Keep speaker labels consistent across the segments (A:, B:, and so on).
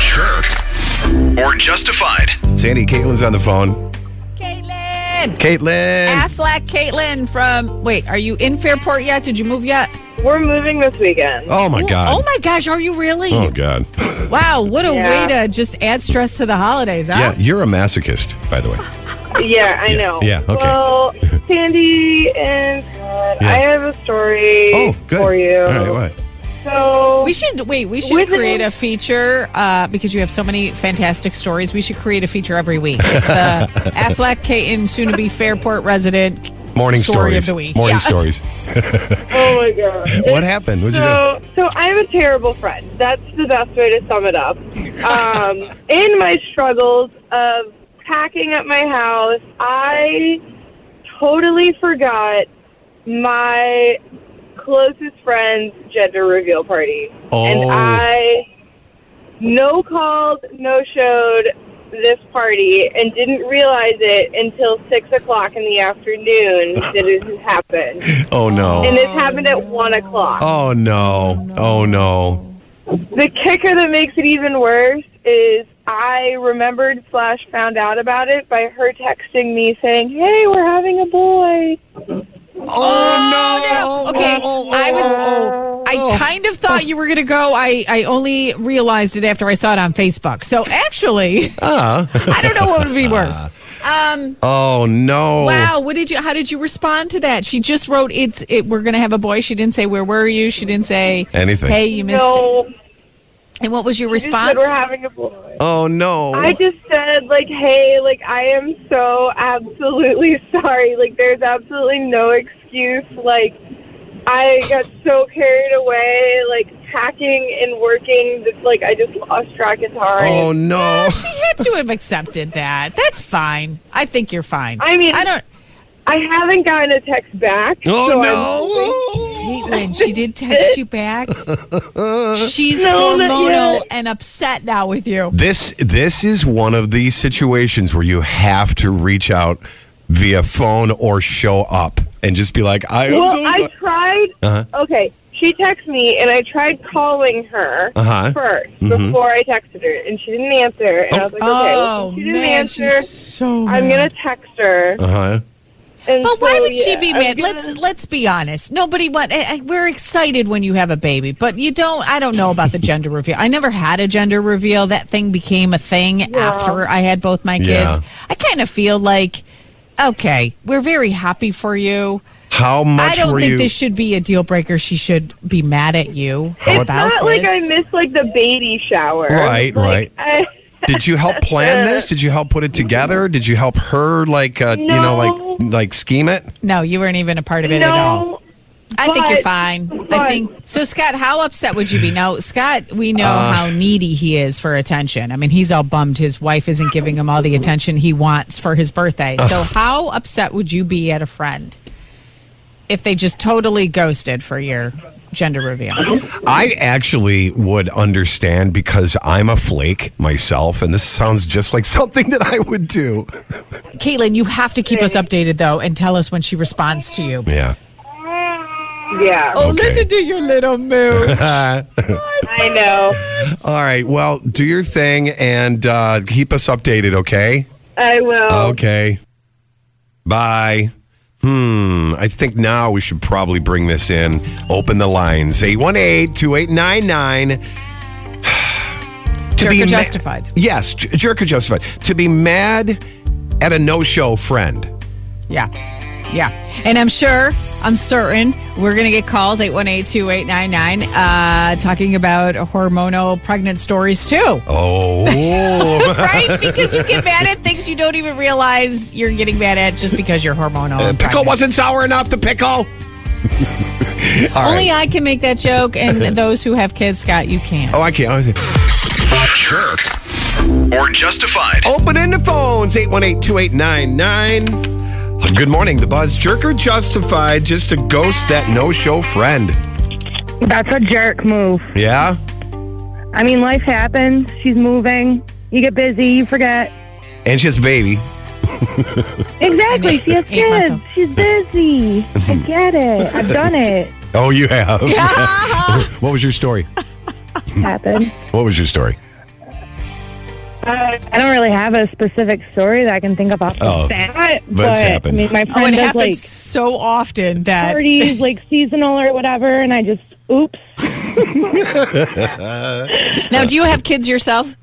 A: Jerk or justified.
B: Sandy, Caitlin's on the phone.
C: Caitlin.
B: Caitlin.
C: Affleck Caitlin from. Wait, are you in Fairport yet? Did you move yet?
D: We're moving this weekend.
B: Oh my
C: Ooh,
B: God.
C: Oh my gosh, are you really?
B: Oh God.
C: Wow, what a
D: Yeah.
C: way to just add stress to the holidays,
B: Yeah,
C: huh?
B: you're a masochist, by the way.
D: Yeah, I
B: Oh. Yeah,
D: know.
B: yeah, okay.
D: Well, Sandy and Todd,
B: Yeah.
D: I have a story
B: Oh, good.
D: for you.
B: All right, what?
D: So
C: We should wait. We should
D: With an
C: create
D: in-
C: a feature uh, because you have so many fantastic stories. We should create a feature every week. It's the Affleck Caton, soon to be Fairport resident.
B: Morning
C: Story
B: stories.
C: of the week.
B: Morning
C: Yeah.
B: stories.
D: Oh my god.
B: What happened? What'd you do?
D: So, so I'm a terrible friend. That's the best way to sum it up. Um, in my struggles of packing up my house, I totally forgot my closest friend's gender reveal party,
B: Oh.
D: and I no called, no showed this party, and didn't realize it until six o'clock in the afternoon that it had happened,
B: Oh no.
D: and this happened at one o'clock.
B: Oh no. Oh no.
D: The kicker that makes it even worse is I remembered slash found out about it by her texting me saying, "Hey, we're having a boy."
B: Oh no.
C: Okay, I was. I kind of thought you were going to go. I I only realized it after I saw it on Facebook. So actually, I don't know what would be worse. Um.
B: Oh no.
C: Wow. What did you? How did you respond to that? She just wrote, "It's it. We're going to have a boy." She didn't say where were you. She didn't say
B: Anything.
C: Hey, you missed. it.
D: No,
C: And what was your
D: she just
C: response?
D: said we're having a boy.
B: Oh no.
D: I just said like, "Hey, like I am so absolutely sorry. Like there's absolutely no excuse. Like I got so carried away, like packing and working. That, like I just lost track of time."
B: Oh no.
C: she had to have accepted that. That's fine. I think you're fine.
D: I mean-
C: I don't.
D: I haven't gotten a text back.
B: Oh
D: so I'm
B: no.
C: Caitlin, she did text you back. She's
D: No, not
C: hormonal
D: yet.
C: and upset now with you.
B: This this is one of these situations where you have to reach out via phone or show up and just be like, I am
D: Well,
B: so
D: I tried.
B: Uh-huh.
D: Okay, she texted me, and I tried calling her
B: Uh-huh.
D: 1st before I texted her, and she didn't answer. And I was like, okay, well,
C: oh
D: since she didn't
C: man,
D: answer.
C: she's so.
D: I'm gonna text her.
B: Uh huh.
D: And
C: But why
D: so,
C: would she
D: yeah,
C: be
D: I'm
C: mad?
D: gonna-
C: Let's let's be honest. Nobody want. I, I- we're excited when you have a baby, but you don't. I don't know about the gender reveal. I never had a gender reveal. That thing became a thing after I had both my kids.
B: Yeah.
C: I kind of feel like, okay, we're very happy for you.
B: How much
C: I don't
B: were
C: think
B: you?
C: this should be a deal breaker. She should be mad at you
B: It's
D: It's
C: about
D: not
C: this.
D: like I missed like the baby shower.
B: Right,
D: Like,
B: right.
D: I,
B: Did you help plan this? Did you help put it together? Did you help her like uh, you know
D: No.
B: like like scheme it?
C: no, you weren't even a part of it at all.
D: no,
C: I think you're
D: But-
C: fine. I
D: but-
C: think so. Scott, how upset would you be? Now, Scott, we know
B: Uh.
C: how needy he is for attention. I mean, he's all bummed. His wife isn't giving him all the attention he wants for his birthday. So, how upset would you be at a friend if they just totally ghosted for your gender reveal?
B: I actually would understand because I'm a flake myself, and this sounds just like something that I would do.
C: Caitlin, you have to keep us updated though, and tell us when she responds to you.
B: Yeah.
D: yeah,
C: Oh,
B: Okay.
C: listen to your little move.
D: I know.
B: All right. Well, do your thing and uh, keep us updated, okay?
D: I will.
B: Okay. Bye. Hmm. I think now we should probably bring this in. Open the lines 818 2899. to
C: Jerk
B: be
C: or
B: ma-
C: justified.
B: yes, j- jerk or justified. To be mad at a no-show friend.
C: Yeah. Yeah. And I'm sure, I'm certain we're going to get calls 818-2899 uh, talking about hormonal pregnant stories too.
B: Oh,
C: right? Because you get mad at things you don't even realize you're getting mad at just because you're hormonal.
B: Uh,
C: and
B: pickle
C: pregnant.
B: wasn't sour enough. The pickle. All
C: Only
B: right.
C: I can make that joke, and those who have kids, Scott, you can't.
B: Oh, I can't.
A: Jerks or justified.
B: Opening the phones 818-2899. Good morning, the Buzz Jerker justified just to ghost that no-show friend.
D: That's a jerk move.
B: Yeah.
D: I mean, life happens. She's moving. You get busy. You forget.
B: And she has a baby.
D: Exactly. She has
C: Eight months
D: kids. She's busy. I get it. I've done it.
B: Oh, you have. what was your story?
D: Happened.
B: What was your story?
D: Uh, I don't really have a specific story that I can think of off the
B: Oh,
D: bat,
B: but it's
D: but I
B: happened.
D: mean, my
C: Oh, it
D: friend does
C: happens
D: like
C: so often that
D: parties, like seasonal or whatever, and I just oops.
C: now. Do you have kids yourself?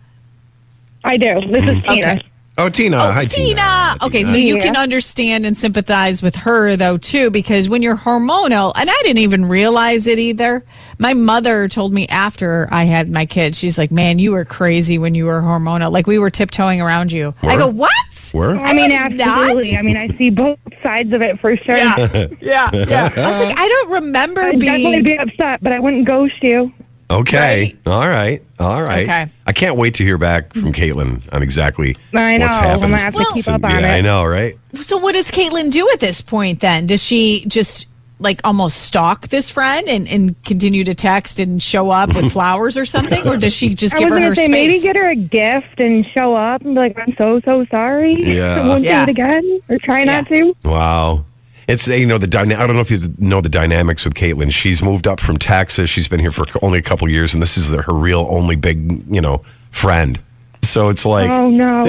D: I do. This is Tina.
C: Okay.
B: Oh, Tina. Hi,
C: Tina. Okay, so you
D: Yeah.
C: can understand and sympathize with her though too, because when you're hormonal, and I didn't even realize it either. My mother told me after I had my kid, she's like, "Man, you were crazy when you were hormonal. Like we were tiptoeing around you." I
B: Were?
C: go, "What?"
B: Were?
D: I mean,
C: was not.
D: absolutely. I mean, I see both sides of it for sure.
C: Yeah, yeah, yeah. I was like, I don't remember
D: I'd definitely
C: being.
D: be upset, but I wouldn't ghost you.
B: Okay. All right. All right.
C: Okay.
B: I can't wait to hear back from Caitlin on exactly
D: I know.
B: what's
D: I'm
B: happened.
D: gonna have to Well- keep up on
B: yeah,
D: it.
B: I know, right?
C: So, what does Caitlin do at this point then? Does she just like almost stalk this friend and, and continue to text and show up with flowers or something? Or does she just
D: I
C: give
D: was
C: her
D: gonna
C: her
D: say
C: space?
D: maybe get her a gift and show up and be like, "I'm so so sorry.
B: Yeah.
D: I won't
C: Yeah.
D: do it again, or try not
C: Yeah.
D: to."
B: Wow. It's you know the dyna- I don't know if you know the dynamics with Caitlin. She's moved up from Texas. She's been here for only a couple years, and this is the, her real only big you know friend. So it's like
D: Oh no,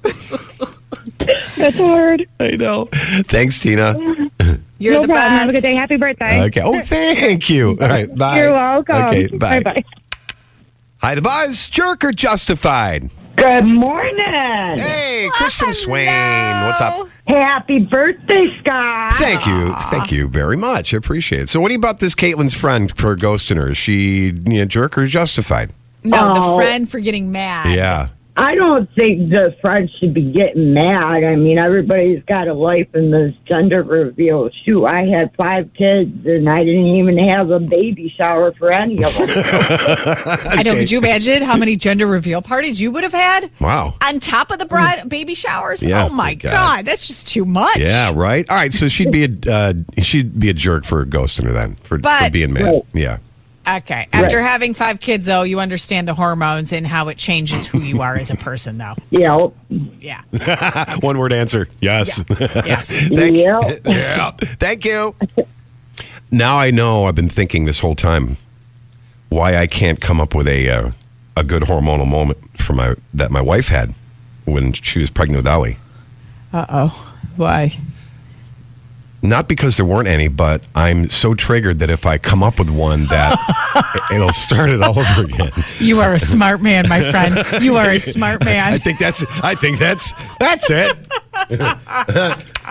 D: that's hard.
B: I know. Thanks, Tina.
C: You're
D: no
C: the
D: problem. Have
C: best.
D: a good day. Happy birthday.
B: Okay. Oh, thank you. All right. Bye.
D: You're welcome.
B: Okay. Bye.
D: Bye.
B: Hi, the buzz. Jerk or justified?
E: Good morning.
B: Hey, Chris from Swain. What's up?
E: Happy birthday, Scott.
B: Thank you.
D: Ah.
B: Thank you very much. I appreciate it. So, what do you about this Caitlin's friend for ghosting her? Is she you know, jerk or justified?
C: no, the
E: Oh.
C: friend for getting mad.
B: Yeah.
E: I don't think the friends should be getting mad. I mean, everybody's got a life in this gender reveal. Shoot, I had five kids and I didn't even have a baby shower for any of them.
C: I know. Could you imagine how many gender reveal parties you would have had
B: Wow.
C: on top of the bride baby showers?
B: Yeah,
C: oh my
B: thank God.
C: god. that's just too much.
B: Yeah. Right. All right. So she'd be a uh, she'd be a jerk for ghosting her then for, for
C: But-
B: being mad.
E: Right.
B: Yeah.
C: Okay. After having five kids, though, you understand the hormones and how it changes who you are as a person, though.
E: yeah.
C: Yeah.
B: One word answer. Yes.
C: Yes.
B: Thank
E: Yeah.
B: yeah. Thank you. Now I know I've been thinking this whole time why I can't come up with a uh, a good hormonal moment for my that my wife had when she was pregnant with Ali.
C: Uh oh. Why?
B: Not because there weren't any, but I'm so triggered that if I come up with one that it- it'll start it all over again.
C: You are a smart man, my friend. You are a smart
B: I
C: man.
B: think that's I think that's that's it.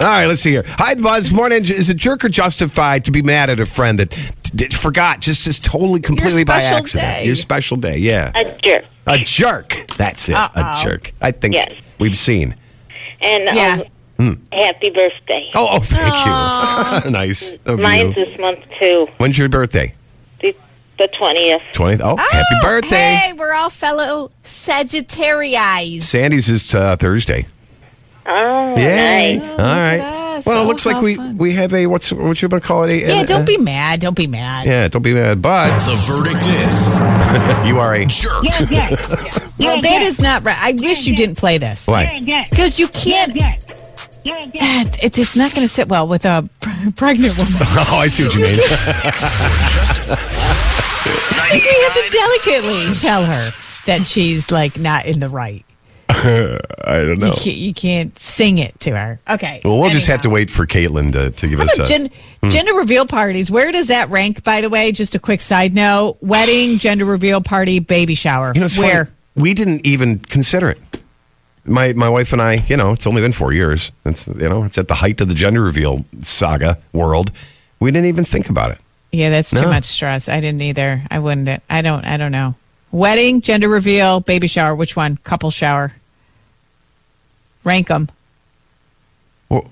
B: All right, let's see here. Hi, Buzz. Morning. Is it jerk or justified to be mad at a friend that d- d- forgot just just totally completely by
C: special
B: accident?
C: day.
B: Your special day, yeah.
F: a jerk.
B: A jerk. That's it. A jerk. I think
F: Yes.
B: we've seen.
F: And
C: Yeah.
F: um, happy birthday.
B: Oh, oh thank you. nice. of
F: Mine's
B: you.
F: this month too.
B: When's your birthday?
F: The the twentieth.
B: Twentieth. Oh, happy birthday.
C: Hey, we're all fellow Sagittarii.
B: Sandy's is uh, Thursday.
F: Oh,
B: Yay.
F: nice.
B: All right.
C: us.
B: Well, it
C: Oh,
B: looks like
C: how
B: we
C: fun.
B: we have a what's what you gonna call it? A,
C: Yeah,
B: a-
C: don't
B: a-
C: be mad. Don't be mad.
B: Yeah, don't be mad, but
A: The verdict is
B: you are a
A: jerk.
E: Yes, yes.
C: Well, that is not right. I wish you didn't play this.
B: Why?
E: yes.
C: Because you can't.
E: yes. Yeah, yes.
C: It, it's not going to sit well with a pre- pregnant woman.
B: Oh, I see what you mean.
C: You have to delicately tell her that she's like not in the right.
B: I don't know.
C: You can't, you can't sing it to her. Okay.
B: Well, we'll just have to
C: anyhow.
B: wait for Caitlin to, to give
C: How
B: us
C: about
B: a.
C: gen-
B: hmm.
C: gender reveal parties? Where does that rank, by the way? Just a quick side note wedding, gender reveal party, baby shower.
B: You know, it's funny.
C: Where?
B: we didn't even consider it. My my wife and I, you know, it's only been four years. It's you know, it's at the height of the gender reveal saga world. We didn't even think about it.
C: Yeah, that's too
B: No.
C: much stress. I didn't either. I wouldn't. I don't. I don't know. Wedding, gender reveal, baby shower. Which one? Couple shower. Rank them.
B: Well-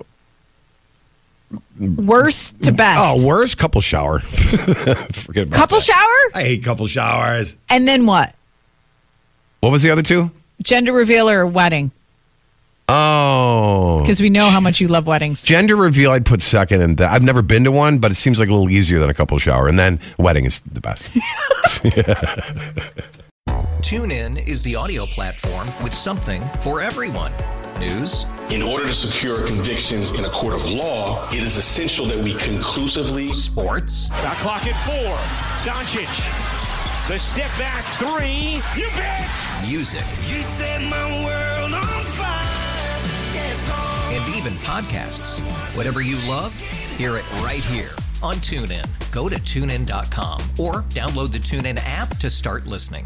C: Worst to best.
B: Oh, worse couple shower. Forget about
C: couple
B: that.
C: shower,
B: I hate couple showers.
C: and then what?
B: What was the other two?
C: Gender reveal or wedding?
B: Oh,
C: Because we know how much you love weddings.
B: Gender reveal, I'd put second, and th- I've never been to one, but it seems like a little easier than a couple shower. And then wedding is the best.
G: TuneIn is the audio platform with something for everyone. News,
H: In order to secure convictions in a court of law, it is essential that we conclusively.
G: Sports.
I: The clock at four. Doncic. The step back three. You bet.
G: music,
J: You set my world on fire. Yes, oh.
G: and even podcasts. Whatever you love, hear it right here on TuneIn. Go to tunein.com or download the TuneIn app to start listening.